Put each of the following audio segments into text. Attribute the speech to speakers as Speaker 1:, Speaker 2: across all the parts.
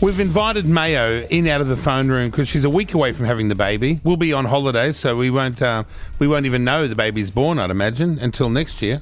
Speaker 1: We've invited Mayo in out of the phone room because she's a week away from having the baby. We'll be on holidays, so we won't uh, we won't even know the baby's born. I'd imagine until next year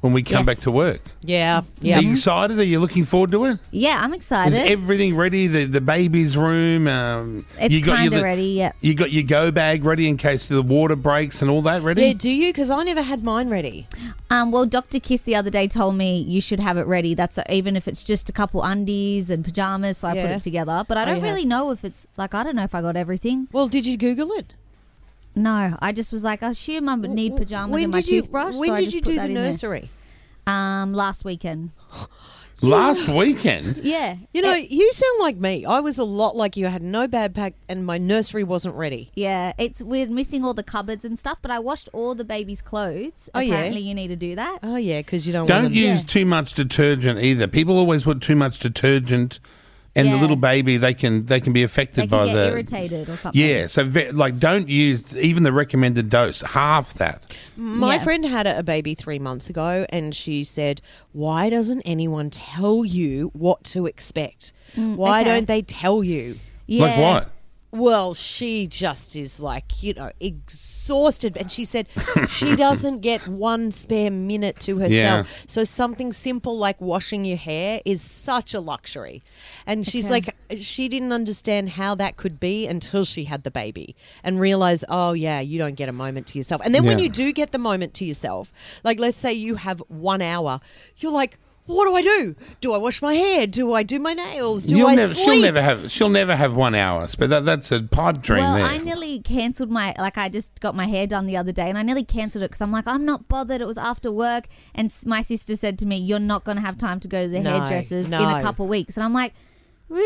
Speaker 1: when we come
Speaker 2: Yes.
Speaker 1: back to work.
Speaker 2: Yeah, yeah,
Speaker 1: Are you excited? Are you looking forward to it?
Speaker 3: Yeah, I'm
Speaker 1: Is
Speaker 3: excited.
Speaker 1: everything ready? The the baby's room. Um,
Speaker 3: it's kind of
Speaker 1: li-
Speaker 3: ready. Yep.
Speaker 1: You got your go bag ready in case the water breaks and all that ready.
Speaker 2: yeah. Do you? Because I never had mine ready.
Speaker 3: Um, well, Dr. Kiss the other day told me you should have it ready. That's uh, even if it's just a couple undies and pajamas, so I put
Speaker 2: Yeah.
Speaker 3: it together. But I
Speaker 2: Oh,
Speaker 3: don't
Speaker 2: you have.
Speaker 3: really know if it's like I don't know if I got everything.
Speaker 2: Well, did you Google it?
Speaker 3: No, I just was like, I assume I would need pajamas
Speaker 2: When
Speaker 3: and my
Speaker 2: did you-
Speaker 3: toothbrush.
Speaker 2: When
Speaker 3: so I
Speaker 2: did
Speaker 3: just
Speaker 2: you
Speaker 3: put
Speaker 2: do
Speaker 3: that
Speaker 2: the
Speaker 3: in there.
Speaker 2: nursery?
Speaker 3: Um, last weekend.
Speaker 1: Last weekend.
Speaker 3: Yeah.
Speaker 2: You know,
Speaker 3: It-
Speaker 2: you sound like me. I was a lot like you. I had no bad pack, and my nursery wasn't ready.
Speaker 3: yeah, it's we're missing all the cupboards and stuff, but I washed all the baby's clothes.
Speaker 2: Oh, yeah.
Speaker 3: Apparently, you need to do that.
Speaker 2: Oh yeah, because you don't.
Speaker 1: Don't
Speaker 2: want them-
Speaker 1: use too much detergent either. People always put too much detergent, and the
Speaker 3: Yeah.
Speaker 1: little baby they can they can be affected
Speaker 3: They
Speaker 1: by
Speaker 3: can get
Speaker 1: the
Speaker 3: irritated or something.
Speaker 1: Yeah, so ve- like don't use even the recommended dose, half that.
Speaker 2: My
Speaker 3: Yeah.
Speaker 2: friend had a a baby three months ago, and she said, "Why doesn't anyone tell you what to expect? Why
Speaker 3: Mm, okay.
Speaker 2: don't they tell you?"
Speaker 3: Yeah.
Speaker 1: Like what?
Speaker 2: Well, she just is like, you know, exhausted. And she said she doesn't get one spare minute to herself.
Speaker 1: Yeah.
Speaker 2: So something simple like washing your hair is such a luxury. And she's like, she didn't understand how that could be until she had the baby and realized, oh, yeah, you don't get a moment to yourself. And then when
Speaker 1: Yeah.
Speaker 2: you do get the moment to yourself, like let's say you have one hour, you're like, what do I do? Do I wash my hair? Do I do my nails? Do
Speaker 1: You'll
Speaker 2: I
Speaker 1: never,
Speaker 2: sleep?
Speaker 1: she'll never have she'll never have one hour, but that, that's a pod dream
Speaker 3: Well,
Speaker 1: there.
Speaker 3: I nearly cancelled my like I just got my hair done the other day, and I nearly cancelled it because I'm like I'm not bothered. It was after work, and s- my sister said to me, "You're not going to have time to go to the
Speaker 2: No,
Speaker 3: hairdressers in
Speaker 2: no.
Speaker 3: a couple weeks," and I'm like, "Really?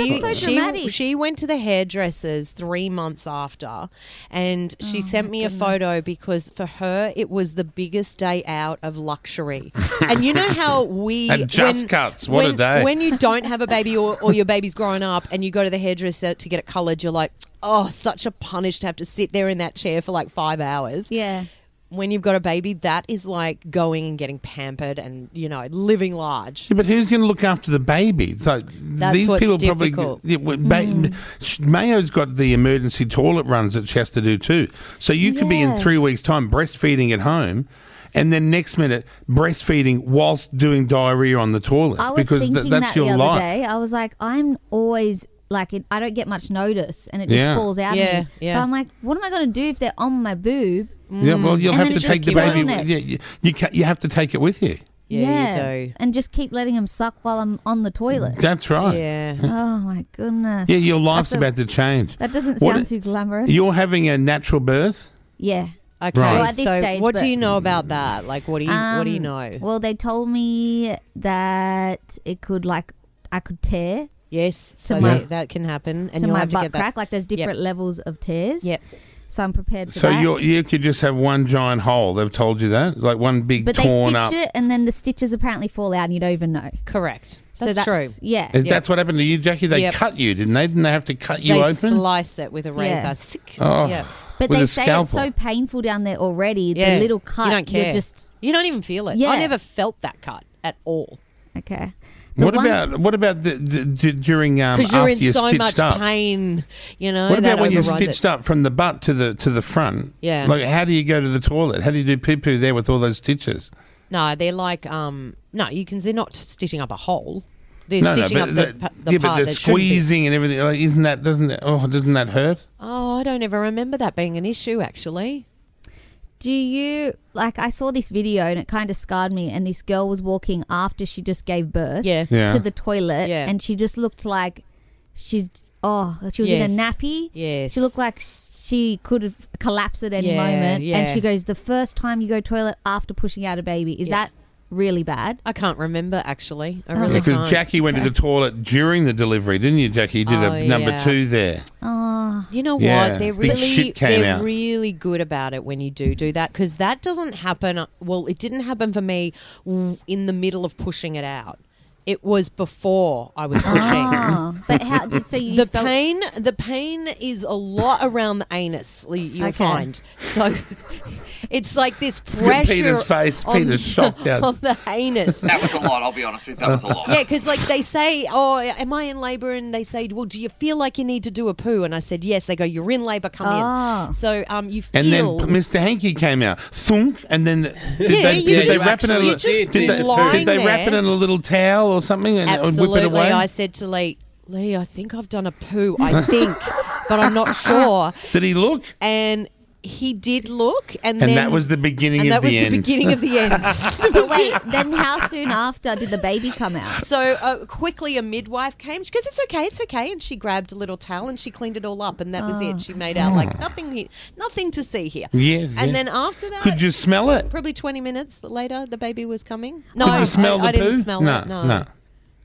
Speaker 3: like that's so
Speaker 2: she,
Speaker 3: dramatic."
Speaker 2: she went to the hairdressers three months after and
Speaker 3: Oh
Speaker 2: she sent me a photo because for her it was the biggest day out of luxury. and you know how we
Speaker 1: And just cuts, what a
Speaker 2: when,
Speaker 1: day.
Speaker 2: When you don't have a baby or, or your baby's grown up and you go to the hairdresser to get it coloured, you're like, Oh, such a punish to have to sit there in that chair for like five hours.
Speaker 3: yeah.
Speaker 2: When you've got a baby, that is like going and getting pampered and, you know, living large.
Speaker 1: Yeah, but who's going to look after the baby? It's like these
Speaker 2: what's
Speaker 1: people
Speaker 2: difficult.
Speaker 1: probably. Yeah, well, ba-
Speaker 3: Mm.
Speaker 1: sh- Mayo's got the emergency toilet runs that she has to do too. So you could be in
Speaker 3: Yeah.
Speaker 1: three weeks' time breastfeeding at home, and then next minute breastfeeding whilst doing diarrhea on the toilet
Speaker 3: I was
Speaker 1: because th-
Speaker 3: thinking
Speaker 1: that's
Speaker 3: that
Speaker 1: your
Speaker 3: the other
Speaker 1: life.
Speaker 3: day. I was like, I'm always like, it, I don't get much notice, and it just
Speaker 1: Yeah.
Speaker 3: falls out. of
Speaker 2: Yeah,
Speaker 3: me.
Speaker 2: yeah.
Speaker 3: So I'm like, what am I going to do if they're on my boob?
Speaker 1: Yeah, well, you'll
Speaker 3: And
Speaker 1: have
Speaker 3: then
Speaker 1: to
Speaker 3: just
Speaker 1: take the
Speaker 3: keep it
Speaker 1: baby.
Speaker 3: on
Speaker 1: Yeah,
Speaker 3: it.
Speaker 1: you, you, ca- you have to take it with you.
Speaker 2: Yeah, you do.
Speaker 3: And just keep letting them suck while I'm on the toilet.
Speaker 1: That's right.
Speaker 2: Yeah.
Speaker 3: Oh my goodness.
Speaker 1: Yeah, your life's
Speaker 3: That's a-
Speaker 1: about to change.
Speaker 3: That doesn't
Speaker 1: What-
Speaker 3: sound too glamorous.
Speaker 1: You're having a natural birth.
Speaker 3: yeah.
Speaker 2: Okay,
Speaker 1: Right. Well,
Speaker 3: at this
Speaker 2: so
Speaker 3: stage,
Speaker 2: what do
Speaker 3: but-
Speaker 2: you know about that? Like, what do you what do you
Speaker 3: Um,
Speaker 2: know?
Speaker 3: Well, they told me that it could like I could tear
Speaker 2: yes, so
Speaker 3: my-
Speaker 2: that, that can happen, and
Speaker 3: to
Speaker 2: you'll
Speaker 3: my
Speaker 2: have to
Speaker 3: butt
Speaker 2: get that.
Speaker 3: crack. Like there's different levels of tears.
Speaker 2: Yep.
Speaker 3: So I'm prepared for
Speaker 1: So
Speaker 3: that.
Speaker 1: you you could just have one giant hole. They've told you that, like one big
Speaker 3: but they
Speaker 1: torn
Speaker 3: stitch
Speaker 1: up.
Speaker 3: it, and then the stitches apparently fall out, and you don't even know.
Speaker 2: Correct.
Speaker 3: so
Speaker 2: That's,
Speaker 3: that's
Speaker 2: true.
Speaker 3: Yeah.
Speaker 1: Is That's what happened to you, Jackie. They
Speaker 2: Yep.
Speaker 1: cut you, didn't they? Didn't they have to cut you
Speaker 2: they
Speaker 1: open?
Speaker 2: slice it with a razor.
Speaker 3: Yeah.
Speaker 2: Sick.
Speaker 1: oh,
Speaker 2: yeah.
Speaker 3: But
Speaker 1: with
Speaker 3: they
Speaker 1: a
Speaker 3: say
Speaker 1: scalpel.
Speaker 3: it's so painful down there already.
Speaker 2: Yeah.
Speaker 3: The little
Speaker 2: You
Speaker 3: cut.
Speaker 2: don't
Speaker 3: you're
Speaker 2: care.
Speaker 3: just
Speaker 2: You don't even feel it. I
Speaker 3: Yeah.
Speaker 2: never felt that cut at all
Speaker 3: okay. The
Speaker 1: what
Speaker 3: one-
Speaker 1: about what about the, the, d during um,
Speaker 2: because you're
Speaker 1: after
Speaker 2: in
Speaker 1: you're
Speaker 2: so
Speaker 1: stitched
Speaker 2: much
Speaker 1: up?
Speaker 2: pain. You know.
Speaker 1: What
Speaker 2: that
Speaker 1: about when you're
Speaker 2: overrides it.
Speaker 1: stitched up from the butt to the to the front?
Speaker 2: Yeah.
Speaker 1: Like, how do you go to the toilet? How do you do poo poo there with all those stitches?
Speaker 2: No, they're like um. No, you can. They're not stitching up a hole. They're stitching up the, pa- the
Speaker 1: yeah,
Speaker 2: part
Speaker 1: but the
Speaker 2: that shouldn't be.
Speaker 1: squeezing and everything. Like, isn't that doesn't it, oh doesn't that hurt?
Speaker 2: Oh, I don't ever remember that being an issue. Actually,
Speaker 3: Do you like? I saw this video and it kind of scarred me. And this girl was walking after she just gave birth.
Speaker 2: yeah.
Speaker 1: Yeah.
Speaker 3: to the toilet,
Speaker 2: Yeah.
Speaker 3: and she just looked like she's oh, she was
Speaker 2: Yes.
Speaker 3: in a nappy.
Speaker 2: Yes.
Speaker 3: she looked like she could have collapsed at any
Speaker 2: Yeah,
Speaker 3: moment.
Speaker 2: yeah.
Speaker 3: And she goes, "The first time you go toilet after pushing out a baby, is
Speaker 2: Yeah.
Speaker 3: that really bad?"
Speaker 2: I can't remember actually. I really
Speaker 1: Because
Speaker 2: Oh, can't.
Speaker 1: Jackie went to the toilet during the delivery, didn't you, Jackie? You did
Speaker 2: Oh,
Speaker 1: a number
Speaker 2: yeah.
Speaker 1: two there.
Speaker 3: Oh,
Speaker 2: you know
Speaker 1: Yeah,
Speaker 2: what? They're
Speaker 1: big
Speaker 2: really
Speaker 1: shit came
Speaker 2: they're
Speaker 1: out.
Speaker 2: really good about it when you do do that because that doesn't happen. Well, it didn't happen for me w- in the middle of pushing it out. It was before I was pushing.
Speaker 3: oh. but how? So you
Speaker 2: The
Speaker 3: felt-
Speaker 2: pain, the pain is a lot around the anus. y- You'll
Speaker 3: Okay.
Speaker 2: find so It's like this
Speaker 1: Look at
Speaker 2: pressure.
Speaker 1: Peter's face.
Speaker 2: on-
Speaker 1: Peter's shocked out.
Speaker 2: on the anus.
Speaker 4: That was a lot. I'll be honest with you. That was a lot.
Speaker 2: Yeah, because like they say, oh, am I in labour? And they say, well, do you feel like you need to do a poo? And I said, yes. They go, you're in labour, come
Speaker 3: Ah.
Speaker 2: in. So um, you feel.
Speaker 1: And then Mr. Hanky came out, thunk, and then did
Speaker 2: Yeah,
Speaker 1: they,
Speaker 2: you
Speaker 1: did they
Speaker 2: just-
Speaker 1: wrap it in a,
Speaker 2: you
Speaker 1: li-
Speaker 2: just
Speaker 1: did they,
Speaker 2: lying
Speaker 1: did they wrap it
Speaker 2: there.
Speaker 1: in a little towel or something and, and whip
Speaker 2: Absolutely.
Speaker 1: it away?
Speaker 2: I said to Lee, Lee, I think I've done a poo. I think, but I'm not sure.
Speaker 1: did he look?
Speaker 2: And he did look,
Speaker 1: And
Speaker 2: and, then
Speaker 1: that was the beginning
Speaker 2: and
Speaker 1: of
Speaker 2: that
Speaker 1: the
Speaker 2: was
Speaker 1: end.
Speaker 2: the beginning of the end.
Speaker 3: But wait, then how soon after did the baby come out?
Speaker 2: So uh, quickly, a midwife came. She goes, "It's okay, it's okay," and she grabbed a little towel and she cleaned it all up, and that was it. She made out like nothing, here, nothing to see here.
Speaker 1: Ah. Yes, yeah.
Speaker 2: And then after that,
Speaker 1: Could you smell it?
Speaker 2: probably twenty minutes later, the baby was coming. No,
Speaker 1: Could you smell
Speaker 2: I,
Speaker 1: the
Speaker 2: I
Speaker 1: poo?
Speaker 2: didn't smell
Speaker 1: no,
Speaker 2: it. No,
Speaker 1: no.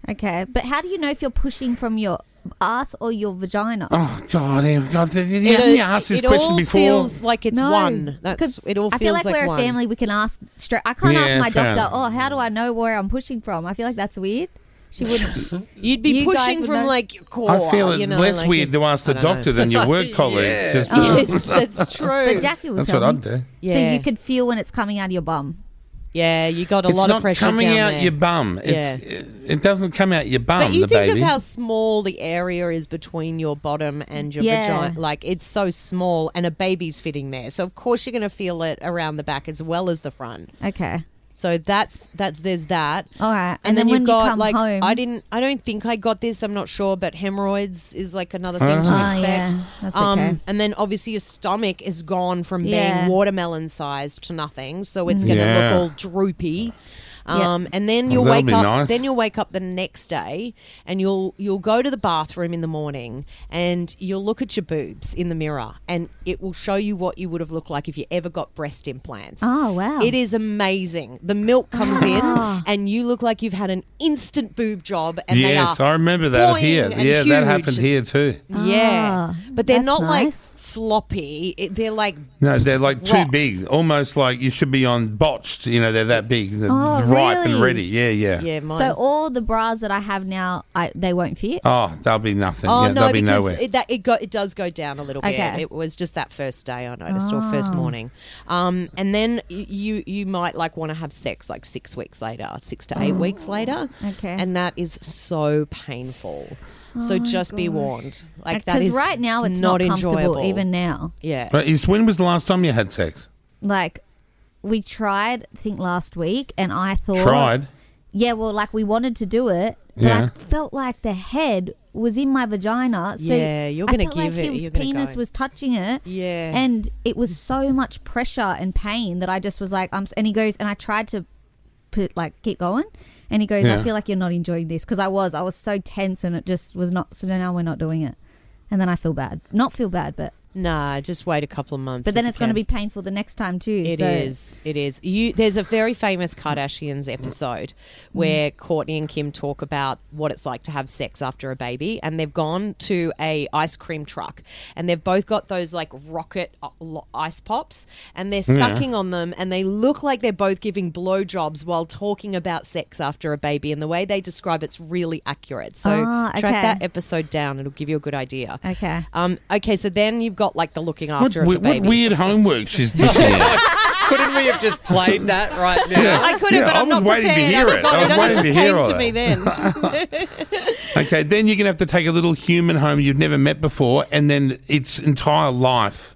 Speaker 3: Okay, but how do you know if you're pushing from your ass or your vagina?
Speaker 1: Oh God! eh, God you haven't asked this
Speaker 2: it
Speaker 1: question
Speaker 2: all
Speaker 1: before.
Speaker 2: feels like it's one.
Speaker 3: 'cause
Speaker 2: That's it. All
Speaker 3: I
Speaker 2: feels
Speaker 3: feel like, we're
Speaker 2: one.
Speaker 3: a family. We can ask straight. I can't
Speaker 1: Yeah,
Speaker 3: ask my
Speaker 1: fair
Speaker 3: doctor.
Speaker 1: enough.
Speaker 3: Oh, how do I know where I'm pushing from? I feel like that's weird. She wouldn't.
Speaker 2: You'd be
Speaker 3: You guys
Speaker 2: pushing
Speaker 3: would
Speaker 2: from
Speaker 3: know.
Speaker 2: like your core.
Speaker 1: I feel it's
Speaker 2: you know,
Speaker 1: less
Speaker 2: like
Speaker 1: weird
Speaker 2: it-
Speaker 1: to ask the
Speaker 2: I don't know. Oh,
Speaker 1: doctor than your work colleagues. Just
Speaker 2: yes, that's true.
Speaker 3: Oh. but Jackie would
Speaker 1: that's
Speaker 3: tell
Speaker 1: what I'd
Speaker 3: me.
Speaker 1: do.
Speaker 2: yeah,
Speaker 3: So you could feel when it's coming out of your bum.
Speaker 2: yeah, you got a
Speaker 1: It's
Speaker 2: lot
Speaker 1: not
Speaker 2: of pressure
Speaker 1: coming
Speaker 2: down
Speaker 1: out
Speaker 2: there.
Speaker 1: your bum. It's,
Speaker 2: Yeah.
Speaker 1: it, it doesn't come out your bum.
Speaker 2: But you
Speaker 1: the
Speaker 2: think
Speaker 1: baby.
Speaker 2: of how small the area is between your bottom and your
Speaker 3: Yeah.
Speaker 2: vagina. Like it's so small, and a baby's fitting there. So of course you're going to feel it around the back as well as the front.
Speaker 3: Okay.
Speaker 2: So that's that's there's that.
Speaker 3: All right.
Speaker 2: And, then,
Speaker 3: when
Speaker 2: you've got
Speaker 3: you come
Speaker 2: like
Speaker 3: home,
Speaker 2: I didn't I don't think I got this I'm not sure but hemorrhoids is like another thing to
Speaker 3: Ah. Ah,
Speaker 2: expect. Um,
Speaker 3: yeah. That's okay.
Speaker 2: and then obviously your stomach is gone from
Speaker 3: Yeah.
Speaker 2: being watermelon sized to nothing so it's going to
Speaker 1: Yeah.
Speaker 2: look all droopy. Um, and then
Speaker 1: Well,
Speaker 2: you'll
Speaker 1: that'll
Speaker 2: wake
Speaker 1: be
Speaker 2: up
Speaker 1: nice.
Speaker 2: then you'll wake up the next day and you'll you'll go to the bathroom in the morning and you'll look at your boobs in the mirror and it will show you what you would have looked like if you ever got breast implants.
Speaker 3: Oh, wow. Ah.
Speaker 2: It is amazing. The milk comes in and you look like you've had an instant boob job and
Speaker 1: yes,
Speaker 2: they are
Speaker 1: I remember that
Speaker 2: boing
Speaker 1: here.
Speaker 2: and
Speaker 1: Yeah, that happened
Speaker 2: huge. Mm.
Speaker 1: here too.
Speaker 2: Yeah.
Speaker 3: Ah,
Speaker 2: but they're
Speaker 3: that's
Speaker 2: not like
Speaker 3: nice.
Speaker 2: floppy. It, they're like
Speaker 1: No, they're like too
Speaker 2: Rocks.
Speaker 1: big, almost like you should be on botched. You know, they're that big, they're
Speaker 3: Oh,
Speaker 1: ripe and
Speaker 3: really?
Speaker 1: ready. Yeah, yeah.
Speaker 2: yeah, mine.
Speaker 3: so all the bras that I have now, I, they won't fit.
Speaker 1: Oh, they'll be nothing.
Speaker 2: Oh
Speaker 1: yeah,
Speaker 2: no,
Speaker 1: they'll be
Speaker 2: because
Speaker 1: nowhere.
Speaker 2: it, that, it go, it does go down a little
Speaker 3: Okay.
Speaker 2: bit. It was just that first day I noticed, or
Speaker 1: Oh.
Speaker 2: first morning, um, and then y- you you might like want to have sex like six weeks later, six to
Speaker 1: Oh,
Speaker 2: eight weeks later,
Speaker 3: Okay.
Speaker 2: and that is so painful.
Speaker 1: Oh
Speaker 2: So just be warned, like that
Speaker 3: Because
Speaker 2: is
Speaker 3: Uh, right now it's
Speaker 2: not,
Speaker 3: not, comfortable,
Speaker 2: enjoyable.
Speaker 3: even now.
Speaker 2: yeah,
Speaker 1: But is- when was the last time you had sex?
Speaker 3: Like, we tried, I think, last week, and I thought.
Speaker 1: Tried.
Speaker 3: Yeah, well, like we wanted to do it, but
Speaker 1: Yeah.
Speaker 3: I felt like the head was in my vagina. So
Speaker 2: Yeah, you're
Speaker 3: I
Speaker 2: gonna
Speaker 3: felt like
Speaker 2: give it,
Speaker 3: His
Speaker 2: you're gonna
Speaker 3: penis
Speaker 2: go.
Speaker 3: was touching it.
Speaker 2: Yeah.
Speaker 3: and it was so much pressure and pain that I just was like, I'm. s- And he goes, and I tried to put like keep going, and he goes,
Speaker 1: Yeah.
Speaker 3: I feel like you're not enjoying this because I was, I was so tense, and it just was not. So now we're not doing it, and then I feel bad. Not feel bad, but
Speaker 2: nah, just wait a couple of months.
Speaker 3: but then it's going to
Speaker 2: to
Speaker 3: be painful the next time too.
Speaker 2: It
Speaker 3: so.
Speaker 2: is. It is. You. There's a very famous Kardashians episode
Speaker 3: Mm.
Speaker 2: where Courtney and Kim talk about what it's like to have sex after a baby, and they've gone to a ice cream truck, and they've both got those like rocket o- lo- ice pops, and they're sucking on them, and they look like they're both giving blowjobs while talking about sex after a baby, and the way they describe it's really accurate. So
Speaker 3: Ah, okay.
Speaker 2: track that episode down; it'll give you a good idea.
Speaker 3: Okay.
Speaker 2: Um. Okay. So then you've got like the looking
Speaker 1: What,
Speaker 2: after
Speaker 1: we-
Speaker 2: of the
Speaker 1: what
Speaker 2: baby.
Speaker 1: weird homework she's dishing out?
Speaker 5: Couldn't we have just played that right now?
Speaker 2: I could have,
Speaker 1: Yeah,
Speaker 2: but
Speaker 1: I
Speaker 2: I'm
Speaker 1: was
Speaker 2: not
Speaker 1: waiting to
Speaker 2: prepared.
Speaker 1: hear
Speaker 2: I
Speaker 1: it.
Speaker 2: forgot
Speaker 1: I was
Speaker 2: it. only
Speaker 1: waiting to
Speaker 2: just
Speaker 1: hear
Speaker 2: came
Speaker 1: all
Speaker 2: to
Speaker 1: that.
Speaker 2: me then.
Speaker 1: Okay, then you're going to have to take a little human home you've never met before, and then its entire life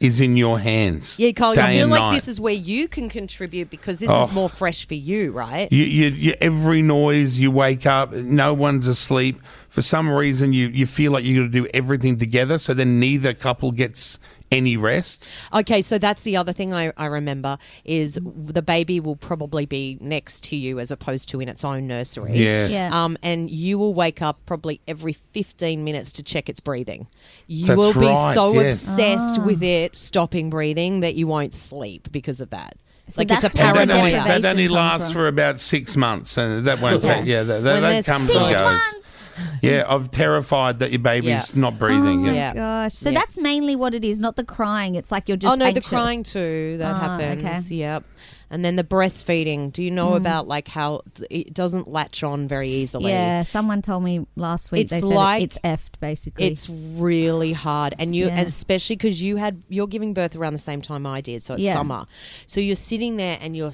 Speaker 1: is in your hands.
Speaker 2: yeah, Cole,
Speaker 1: day
Speaker 2: I feel
Speaker 1: and
Speaker 2: like
Speaker 1: night.
Speaker 2: this is where you can contribute because this
Speaker 1: Oh.
Speaker 2: is more fresh for you, right?
Speaker 1: You, you, you, every noise you wake up, no one's asleep. For some reason, you, you feel like you got to do everything together, so then neither couple gets any rest.
Speaker 2: Okay, so that's the other thing I, I remember is the baby will probably be next to you as opposed to in its own nursery.
Speaker 1: Yeah.
Speaker 3: Yeah.
Speaker 2: Um, and you will wake up probably every 15 minutes to check its breathing. You
Speaker 1: That's
Speaker 2: will be
Speaker 1: right,
Speaker 2: so
Speaker 1: yes.
Speaker 3: Ah.
Speaker 2: obsessed with it stopping breathing that you won't sleep because of that.
Speaker 3: So
Speaker 2: like it's a
Speaker 3: that's where the
Speaker 1: And that only,
Speaker 2: paranoia.
Speaker 3: deprivation
Speaker 1: that only
Speaker 3: comes
Speaker 1: lasts
Speaker 3: from.
Speaker 1: for about six months, and that won't
Speaker 3: Yeah.
Speaker 1: take. Yeah, that, that,
Speaker 2: When
Speaker 1: that
Speaker 2: they're
Speaker 1: comes
Speaker 2: six
Speaker 1: and goes.
Speaker 3: months.
Speaker 1: Yeah, I'm terrified that your baby's
Speaker 2: Yeah.
Speaker 1: not breathing. yeah.
Speaker 3: Oh my
Speaker 2: Yeah.
Speaker 3: gosh! So
Speaker 2: Yeah.
Speaker 3: that's mainly what it is, not the crying. It's like you're just.
Speaker 2: oh no,
Speaker 3: anxious.
Speaker 2: the crying too. That
Speaker 3: Ah, okay. Mm.
Speaker 2: happens. Yep. And then the breastfeeding. Do you know about like how th- it doesn't latch on very easily?
Speaker 3: Yeah, someone told me last week
Speaker 2: It's
Speaker 3: they said
Speaker 2: like-
Speaker 3: it, it's effed basically.
Speaker 2: It's really hard, and you,
Speaker 3: Yeah.
Speaker 2: and especially because you had you're giving birth around the same time I did, so it's
Speaker 3: Yeah.
Speaker 2: summer. So you're sitting there and you're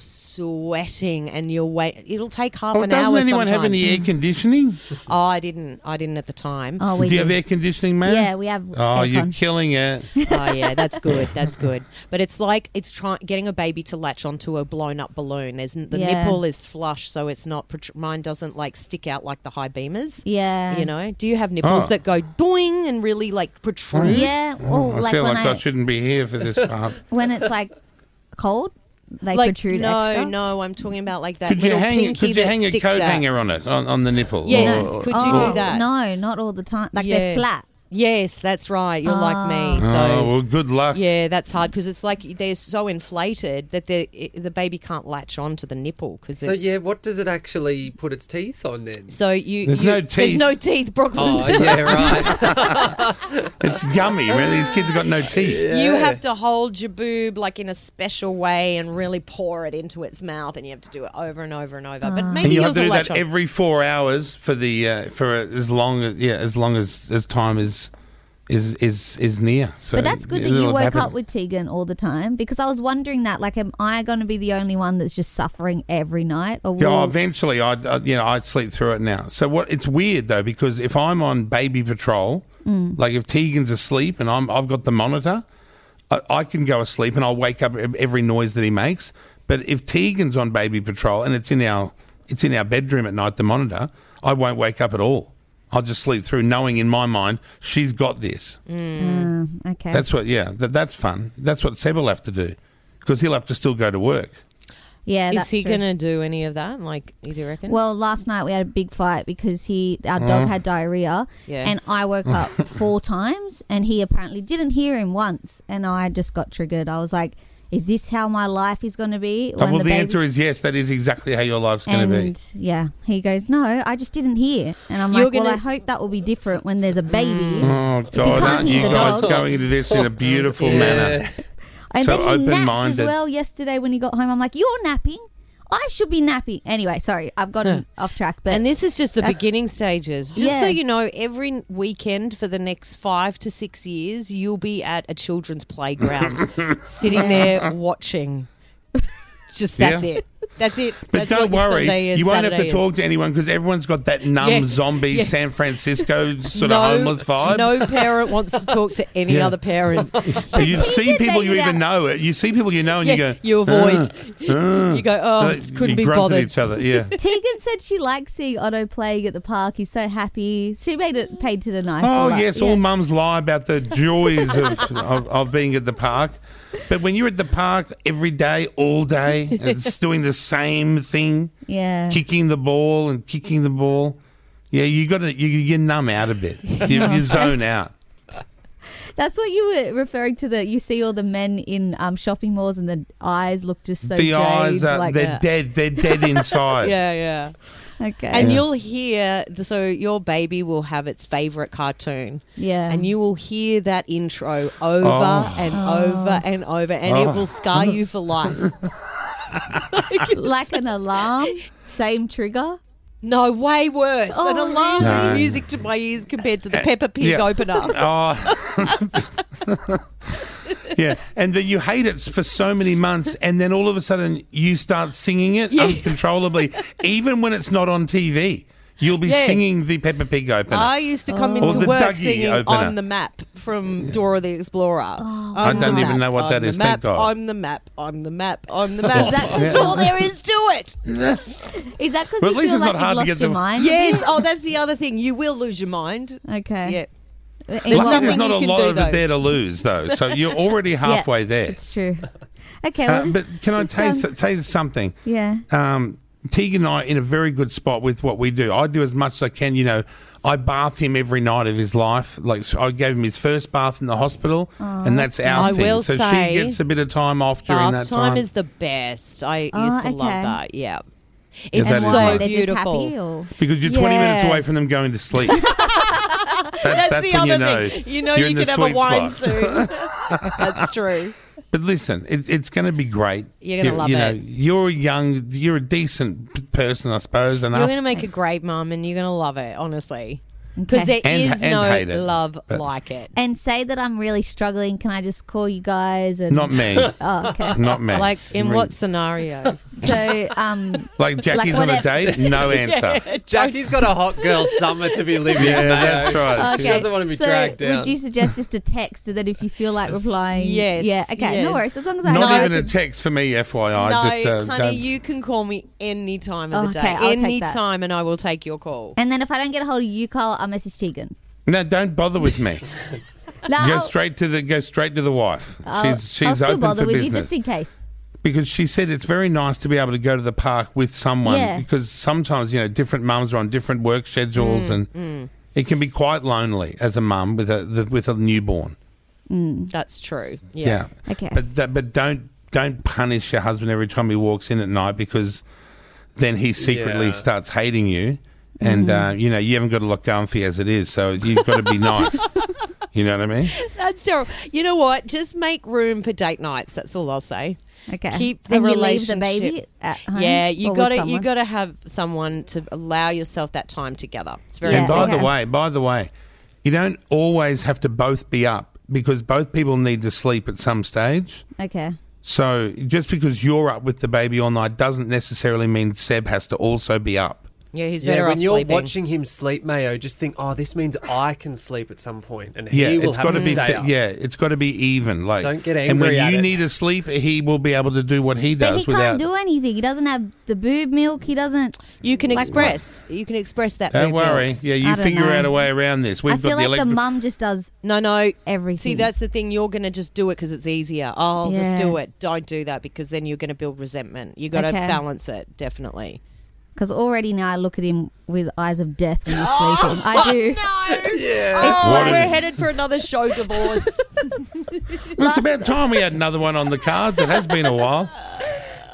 Speaker 2: sweating, and you're wait. It'll take half
Speaker 1: Oh,
Speaker 2: an
Speaker 1: doesn't
Speaker 2: hour.
Speaker 1: anyone have
Speaker 2: sometimes.
Speaker 1: any air conditioning?
Speaker 2: Oh, I didn't. I didn't at the time.
Speaker 3: oh, we
Speaker 1: Do you
Speaker 3: did-
Speaker 1: have air conditioning, man?
Speaker 3: Yeah, we have.
Speaker 1: Oh, you're
Speaker 3: aircon.
Speaker 1: killing it.
Speaker 2: oh yeah, that's good. That's good. But it's like it's trying getting a baby to latch onto a blown up balloon. There's n- the
Speaker 3: Yeah.
Speaker 2: nipple is flush, so it's not protr- mine doesn't like stick out like the high beamers.
Speaker 3: Yeah.
Speaker 2: You know, do you have nipples
Speaker 1: Oh.
Speaker 2: that go doing and really like protrude?
Speaker 3: Yeah. Well,
Speaker 1: Hmm? I
Speaker 3: like
Speaker 1: feel
Speaker 3: when
Speaker 1: like I,
Speaker 3: I,
Speaker 1: shouldn't be here for this part.
Speaker 3: when it's like cold, they
Speaker 2: Like
Speaker 3: protrude
Speaker 2: no,
Speaker 3: extra.
Speaker 2: no, I'm talking about like that
Speaker 1: could you
Speaker 2: little
Speaker 1: hang?
Speaker 2: pinky
Speaker 1: Could you
Speaker 2: that
Speaker 1: hang a
Speaker 2: sticks
Speaker 1: coat
Speaker 2: out.
Speaker 1: hanger on it on, on the nipple?
Speaker 2: Yes,
Speaker 1: Or- oh,
Speaker 2: could you
Speaker 1: or-
Speaker 2: do that?
Speaker 3: Oh, No, not all the time. Like
Speaker 2: Yeah.
Speaker 3: they're flat.
Speaker 2: Yes, that's right. You're like me. So
Speaker 1: Oh well, good luck.
Speaker 2: Yeah, that's hard because it's like they're so inflated that they the baby can't latch on to the nipple because
Speaker 5: So
Speaker 2: it's
Speaker 5: yeah, what does it actually put its teeth on then?
Speaker 2: So you
Speaker 1: There's
Speaker 2: you-
Speaker 1: no
Speaker 2: There's
Speaker 1: teeth.
Speaker 2: no teeth, Brooklyn.
Speaker 5: Oh yeah, right.
Speaker 1: It's gummy. Man, these kids have got no teeth.
Speaker 2: You
Speaker 5: Yeah.
Speaker 2: have to hold your boob like in a special way and really pour it into its mouth, and you have to do it over and over and over. But maybe
Speaker 1: And you have
Speaker 2: yours
Speaker 1: to
Speaker 2: will
Speaker 1: do
Speaker 2: latch
Speaker 1: that
Speaker 2: on.
Speaker 1: every four hours for the uh, for as long as yeah as long as as time is is is is near. So
Speaker 3: But that's good that
Speaker 1: it'll
Speaker 3: you woke
Speaker 1: happen.
Speaker 3: up with Tegan all the time because I was wondering that. Like, am I going to be the only one that's just suffering every night? Or
Speaker 1: Yeah, oh,
Speaker 3: will-
Speaker 1: eventually, I I- you know I sleep through it now. So what? It's weird though because if I'm on baby patrol,
Speaker 3: Mm.
Speaker 1: like if Tegan's asleep and I'm I've got the monitor, I, I can go asleep and I'll wake up ev- every noise that he makes. But if Tegan's on baby patrol and it's in our it's in our bedroom at night, the monitor, I won't wake up at all. I'll just sleep through, knowing in my mind she's got this.
Speaker 3: Mm, okay.
Speaker 1: That's what. Yeah, that, that's fun. That's what Seb will have to do because he'll have to still go to work.
Speaker 3: yeah.
Speaker 2: Is
Speaker 3: that's
Speaker 2: he
Speaker 3: true.
Speaker 2: gonna do any of that? Like, you do reckon?
Speaker 3: Well, last night we had a big fight because he our
Speaker 1: Mm.
Speaker 3: dog had diarrhea,
Speaker 2: Yeah.
Speaker 3: and I woke up four times, and he apparently didn't hear him once, and I just got triggered. I was like, "Is this how my life is going to be?"
Speaker 1: well, the,
Speaker 3: baby-"
Speaker 1: answer is yes. That is exactly how your life's going to be.
Speaker 3: And yeah, he goes, "No, I just didn't hear," and I'm
Speaker 2: You're
Speaker 3: like, "Well,
Speaker 2: gonna-
Speaker 3: I hope that will be different when there's a baby."
Speaker 1: Oh
Speaker 3: can't
Speaker 1: God! Aren't
Speaker 3: hear
Speaker 1: you
Speaker 3: the
Speaker 1: guys
Speaker 3: dog-
Speaker 1: going into this in a beautiful manner?
Speaker 3: And
Speaker 1: So
Speaker 3: then he napped
Speaker 1: open-minded.
Speaker 3: as well yesterday when he got home. I'm like, "You're napping. I should be napping." Anyway, sorry, I've gotten off track. But
Speaker 2: and this is just the
Speaker 3: That's-
Speaker 2: beginning stages. Just so
Speaker 3: Yeah.
Speaker 2: you know, every weekend for the next five to six years, you'll be at a children's playground, sitting there watching. Just that's
Speaker 1: Yeah.
Speaker 2: it. That's it.
Speaker 1: But
Speaker 2: that's
Speaker 1: don't
Speaker 2: what your
Speaker 1: worry,
Speaker 2: Sunday and
Speaker 1: you won't have
Speaker 2: Saturday
Speaker 1: to
Speaker 2: is.
Speaker 1: talk to anyone because everyone's got that numb
Speaker 2: Yeah.
Speaker 1: zombie
Speaker 2: Yeah.
Speaker 1: San Francisco sort of homeless vibe.
Speaker 2: No parent wants to talk to any
Speaker 1: Yeah.
Speaker 2: other parent.
Speaker 1: you see
Speaker 3: Tegan
Speaker 1: people you
Speaker 3: made it
Speaker 1: even know. You see people you know, and
Speaker 2: yeah,
Speaker 1: you go,
Speaker 2: you avoid. you go, oh,
Speaker 1: uh,
Speaker 2: just couldn't
Speaker 1: you
Speaker 2: be
Speaker 1: grunt at
Speaker 2: bothered.
Speaker 1: each other. Yeah.
Speaker 3: Tegan said she likes seeing Otto playing at the park. He's so happy. She made it paid to the nice.
Speaker 1: Oh
Speaker 3: all that.
Speaker 1: yes,
Speaker 3: Yeah.
Speaker 1: all mums lie about the joys of, of of being at the park, but when you're at the park every day, all day, and it's doing the same thing,
Speaker 3: Yeah.
Speaker 1: kicking the ball and kicking the ball. Yeah, you got to you you numb out a bit. You, you zone out.
Speaker 3: That's what you were referring to. That you see all the men in um, shopping malls and the eyes look just so.
Speaker 1: the eyes
Speaker 3: drained,
Speaker 1: are
Speaker 3: like
Speaker 1: they're
Speaker 3: that.
Speaker 1: dead. They're dead inside.
Speaker 2: Yeah, yeah.
Speaker 3: Okay.
Speaker 2: And you'll hear, the- so your baby will have its favorite cartoon.
Speaker 3: yeah.
Speaker 2: And you will hear that intro over
Speaker 1: Oh.
Speaker 2: and over and over, and
Speaker 1: Oh.
Speaker 2: it will scar you for life.
Speaker 3: like an alarm. Same trigger.
Speaker 2: No, way worse. An
Speaker 3: Oh,
Speaker 2: alarm
Speaker 1: really? No. Eh,
Speaker 2: is music to my ears compared to the Peppa Pig
Speaker 1: Yeah.
Speaker 2: opener.
Speaker 1: Oh. yeah, and then you hate it for so many months, and then all of a sudden you start singing it uncontrollably, even when it's not on TV. You'll be
Speaker 2: Yeah.
Speaker 1: singing the Peppa Pig opener.
Speaker 2: I used to
Speaker 3: Oh.
Speaker 2: come
Speaker 1: Or
Speaker 2: into
Speaker 1: the
Speaker 2: work
Speaker 1: Dougie
Speaker 2: singing
Speaker 1: opener.
Speaker 2: on the map from Dora the Explorer.
Speaker 3: Oh,
Speaker 2: I'm
Speaker 1: I
Speaker 2: the
Speaker 1: don't even
Speaker 2: map,
Speaker 1: know what
Speaker 2: I'm
Speaker 1: that
Speaker 2: the
Speaker 1: is, thank
Speaker 2: Map,
Speaker 1: God.
Speaker 2: I'm the map. I'm the map. I'm the map.
Speaker 3: That-
Speaker 2: That's all there is to it.
Speaker 3: Is that because
Speaker 1: Well, at
Speaker 3: you
Speaker 1: least
Speaker 3: feel
Speaker 1: it's
Speaker 3: like
Speaker 1: not
Speaker 3: you've
Speaker 1: hard to
Speaker 3: lost
Speaker 1: get
Speaker 3: your
Speaker 1: the-
Speaker 3: mind?
Speaker 2: Yes. Oh, that's the other thing. You will lose your mind.
Speaker 3: Okay.
Speaker 2: Yeah.
Speaker 3: There's
Speaker 1: Luckily, there's
Speaker 2: nothing
Speaker 1: not
Speaker 2: you
Speaker 1: a
Speaker 2: can
Speaker 1: lot
Speaker 2: do,
Speaker 1: of
Speaker 2: though.
Speaker 1: it there to lose, though. So you're already halfway there.
Speaker 3: It's true. Okay.
Speaker 1: Uh,
Speaker 3: well,
Speaker 1: but
Speaker 3: this-
Speaker 1: can I
Speaker 3: this
Speaker 1: tell you,
Speaker 3: sounds-
Speaker 1: tell you something?
Speaker 3: Yeah.
Speaker 1: um, Tegan and I are in a very good spot with what we do. I do as much as I can. You know, I bath him every night of his life. Like so I gave him his first bath in the hospital, and that's our
Speaker 2: I
Speaker 1: thing.
Speaker 2: will
Speaker 1: so
Speaker 2: say
Speaker 1: she gets a bit of time off during
Speaker 2: Bath
Speaker 1: that
Speaker 2: time,
Speaker 1: time.
Speaker 2: is the best. I
Speaker 3: Oh,
Speaker 2: used to
Speaker 3: okay.
Speaker 2: love that. Yeah.
Speaker 1: And
Speaker 2: It's
Speaker 1: that is
Speaker 3: why?
Speaker 2: so
Speaker 1: nice.
Speaker 3: They're just
Speaker 2: beautiful.
Speaker 3: happy or-
Speaker 1: because you're 20 minutes
Speaker 2: Yeah.
Speaker 1: away from them going to sleep. That- that's
Speaker 2: That's, the
Speaker 1: when
Speaker 2: other
Speaker 1: you know.
Speaker 2: thing. You know
Speaker 1: you're
Speaker 2: you
Speaker 1: in the
Speaker 2: can have a
Speaker 1: sweet
Speaker 2: wine
Speaker 1: spot.
Speaker 2: soon. That's true.
Speaker 1: But listen, it, it's going to be great.
Speaker 2: You're gonna
Speaker 1: You-
Speaker 2: love
Speaker 1: you know,
Speaker 2: it.
Speaker 1: You're young. You're a decent p- person, I suppose. Enough.
Speaker 2: You're going to make a great mum and you're going to love it, honestly. Because
Speaker 3: Okay.
Speaker 2: there
Speaker 1: And-
Speaker 2: is
Speaker 1: and hate it,
Speaker 2: no love
Speaker 1: but-
Speaker 2: like it.
Speaker 3: And say that I'm really struggling. Can I just call you guys? And
Speaker 1: Not me.
Speaker 3: Oh, okay.
Speaker 1: Not me.
Speaker 2: Like, in
Speaker 1: Me.
Speaker 2: what scenario?
Speaker 3: So, um,
Speaker 1: Like Jackie's on a
Speaker 3: whatever.
Speaker 1: date? No answer.
Speaker 5: Jackie's got a hot girl summer to be living.
Speaker 1: Yeah,
Speaker 5: though.
Speaker 1: that's right.
Speaker 3: okay.
Speaker 5: She doesn't want to be
Speaker 3: so
Speaker 5: dragged down.
Speaker 3: Would you suggest just a text that if you feel like replying?
Speaker 2: Yes,
Speaker 3: Yeah. Okay.
Speaker 2: yes.
Speaker 3: No worries. As long as I
Speaker 1: Not
Speaker 3: know.
Speaker 1: even a text for me, FYI.
Speaker 2: no,
Speaker 1: just, uh,
Speaker 2: honey,
Speaker 1: don't-
Speaker 2: you can call me any time of the
Speaker 3: Okay,
Speaker 2: day.
Speaker 3: I'll take
Speaker 2: any
Speaker 3: that.
Speaker 2: time, and I will take your call.
Speaker 3: and then if I don't get a hold of you, Carl, I'll message Tegan.
Speaker 1: no, don't bother with me.
Speaker 3: No,
Speaker 1: go
Speaker 3: I'll-
Speaker 1: straight to the go straight to the wife.
Speaker 3: I'll-
Speaker 1: she's
Speaker 3: I'll
Speaker 1: she's
Speaker 3: still
Speaker 1: open
Speaker 3: bother
Speaker 1: for
Speaker 3: with you
Speaker 1: business
Speaker 3: just in case.
Speaker 1: because she said it's very nice to be able to go to the park with someone
Speaker 3: Yeah.
Speaker 1: because sometimes you know different mums are on different work schedules
Speaker 3: Mm,
Speaker 1: and it can be quite lonely as a mum with a the, with a newborn.
Speaker 2: That's true. Yeah.
Speaker 1: Yeah.
Speaker 3: Okay.
Speaker 1: But that, but don't don't punish your husband every time he walks in at night because then he secretly
Speaker 5: Yeah.
Speaker 1: starts hating you, and
Speaker 3: Mm-hmm.
Speaker 1: uh, you know you haven't got a lot going for you as it is. So you've got to be nice. You know what I mean?
Speaker 2: That's terrible. You know what? Just make room for date nights. That's all I'll say.
Speaker 3: Okay.
Speaker 2: Keep the
Speaker 3: and you leave the
Speaker 2: relationship.
Speaker 3: baby at home.
Speaker 2: yeah,
Speaker 3: or
Speaker 2: you
Speaker 3: with
Speaker 2: got to you
Speaker 3: someone?
Speaker 2: got to have someone to allow yourself that time together. It's very
Speaker 3: Yeah.
Speaker 1: and by
Speaker 2: important.
Speaker 3: okay.
Speaker 1: the way, by the way, you don't always have to both be up because both people need to sleep at some stage.
Speaker 3: Okay.
Speaker 1: So just because you're up with the baby all night doesn't necessarily mean Seb has to also be up.
Speaker 2: Yeah, he's
Speaker 5: Yeah,
Speaker 2: better
Speaker 5: when
Speaker 2: off
Speaker 5: you're
Speaker 2: sleeping.
Speaker 5: watching him sleep, Mayo, just think, oh, this means I can sleep at some point, and
Speaker 1: Yeah,
Speaker 5: he will
Speaker 1: it's
Speaker 5: have
Speaker 1: got
Speaker 5: to
Speaker 1: to be.
Speaker 5: stay
Speaker 1: fa-
Speaker 5: up.
Speaker 1: yeah, it's got to be even. Like,
Speaker 5: Don't get
Speaker 1: And when
Speaker 5: angry at
Speaker 1: you
Speaker 5: it.
Speaker 1: need to sleep, he will be able to do what he
Speaker 3: But
Speaker 1: does
Speaker 3: he
Speaker 1: without.
Speaker 3: can't do anything. He doesn't have the boob milk. He doesn't.
Speaker 2: you can express. You can express that.
Speaker 1: don't
Speaker 2: boob milk.
Speaker 1: worry. Yeah, you
Speaker 3: I don't
Speaker 1: figure
Speaker 3: know.
Speaker 1: out a way around this. We've
Speaker 3: I feel
Speaker 1: got the
Speaker 3: like the
Speaker 1: electric.
Speaker 3: mum just does
Speaker 2: No, no.
Speaker 3: everything.
Speaker 2: See, that's the thing. You're going to just do it because it's easier. Oh, I'll
Speaker 3: Yeah.
Speaker 2: just do it. Don't do that because then you're going to build resentment. You got to
Speaker 3: Okay.
Speaker 2: balance it, definitely.
Speaker 3: because already now I look at him with eyes of death when he's sleeping. I do.
Speaker 5: Yeah.
Speaker 2: Oh,
Speaker 1: What
Speaker 2: we're
Speaker 1: is-
Speaker 2: headed for another show divorce.
Speaker 1: Well, it's about time we had another one on the card. It has been a while.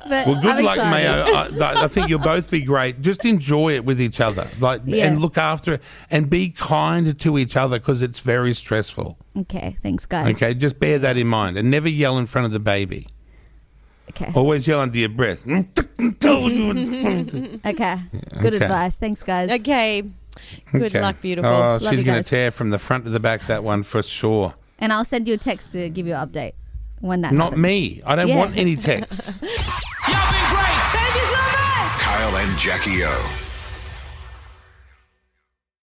Speaker 3: But
Speaker 1: Well, good
Speaker 3: I'm
Speaker 1: luck,
Speaker 3: excited.
Speaker 1: Mayo. I, I think you'll both be great. Just enjoy it with each other, like,
Speaker 3: Yeah.
Speaker 1: and look after it, and be kind to each other because it's very stressful.
Speaker 3: Okay, thanks, guys.
Speaker 1: Okay, just bear that in mind, and never yell in front of the baby.
Speaker 3: Okay.
Speaker 1: Always yell under your breath. Told you it's-
Speaker 3: Okay. Good
Speaker 1: Okay.
Speaker 3: advice. Thanks, guys.
Speaker 2: okay. Good
Speaker 1: Okay.
Speaker 2: luck, beautiful.
Speaker 1: Oh,
Speaker 3: Love
Speaker 1: she's
Speaker 3: you
Speaker 1: going
Speaker 3: guys.
Speaker 1: to tear from the front to the back that one for sure.
Speaker 3: And I'll send you a text to give you an update when that.
Speaker 1: Not
Speaker 3: happens.
Speaker 1: me. I don't
Speaker 3: Yeah.
Speaker 1: want any texts.
Speaker 6: Kyle and Jackie O.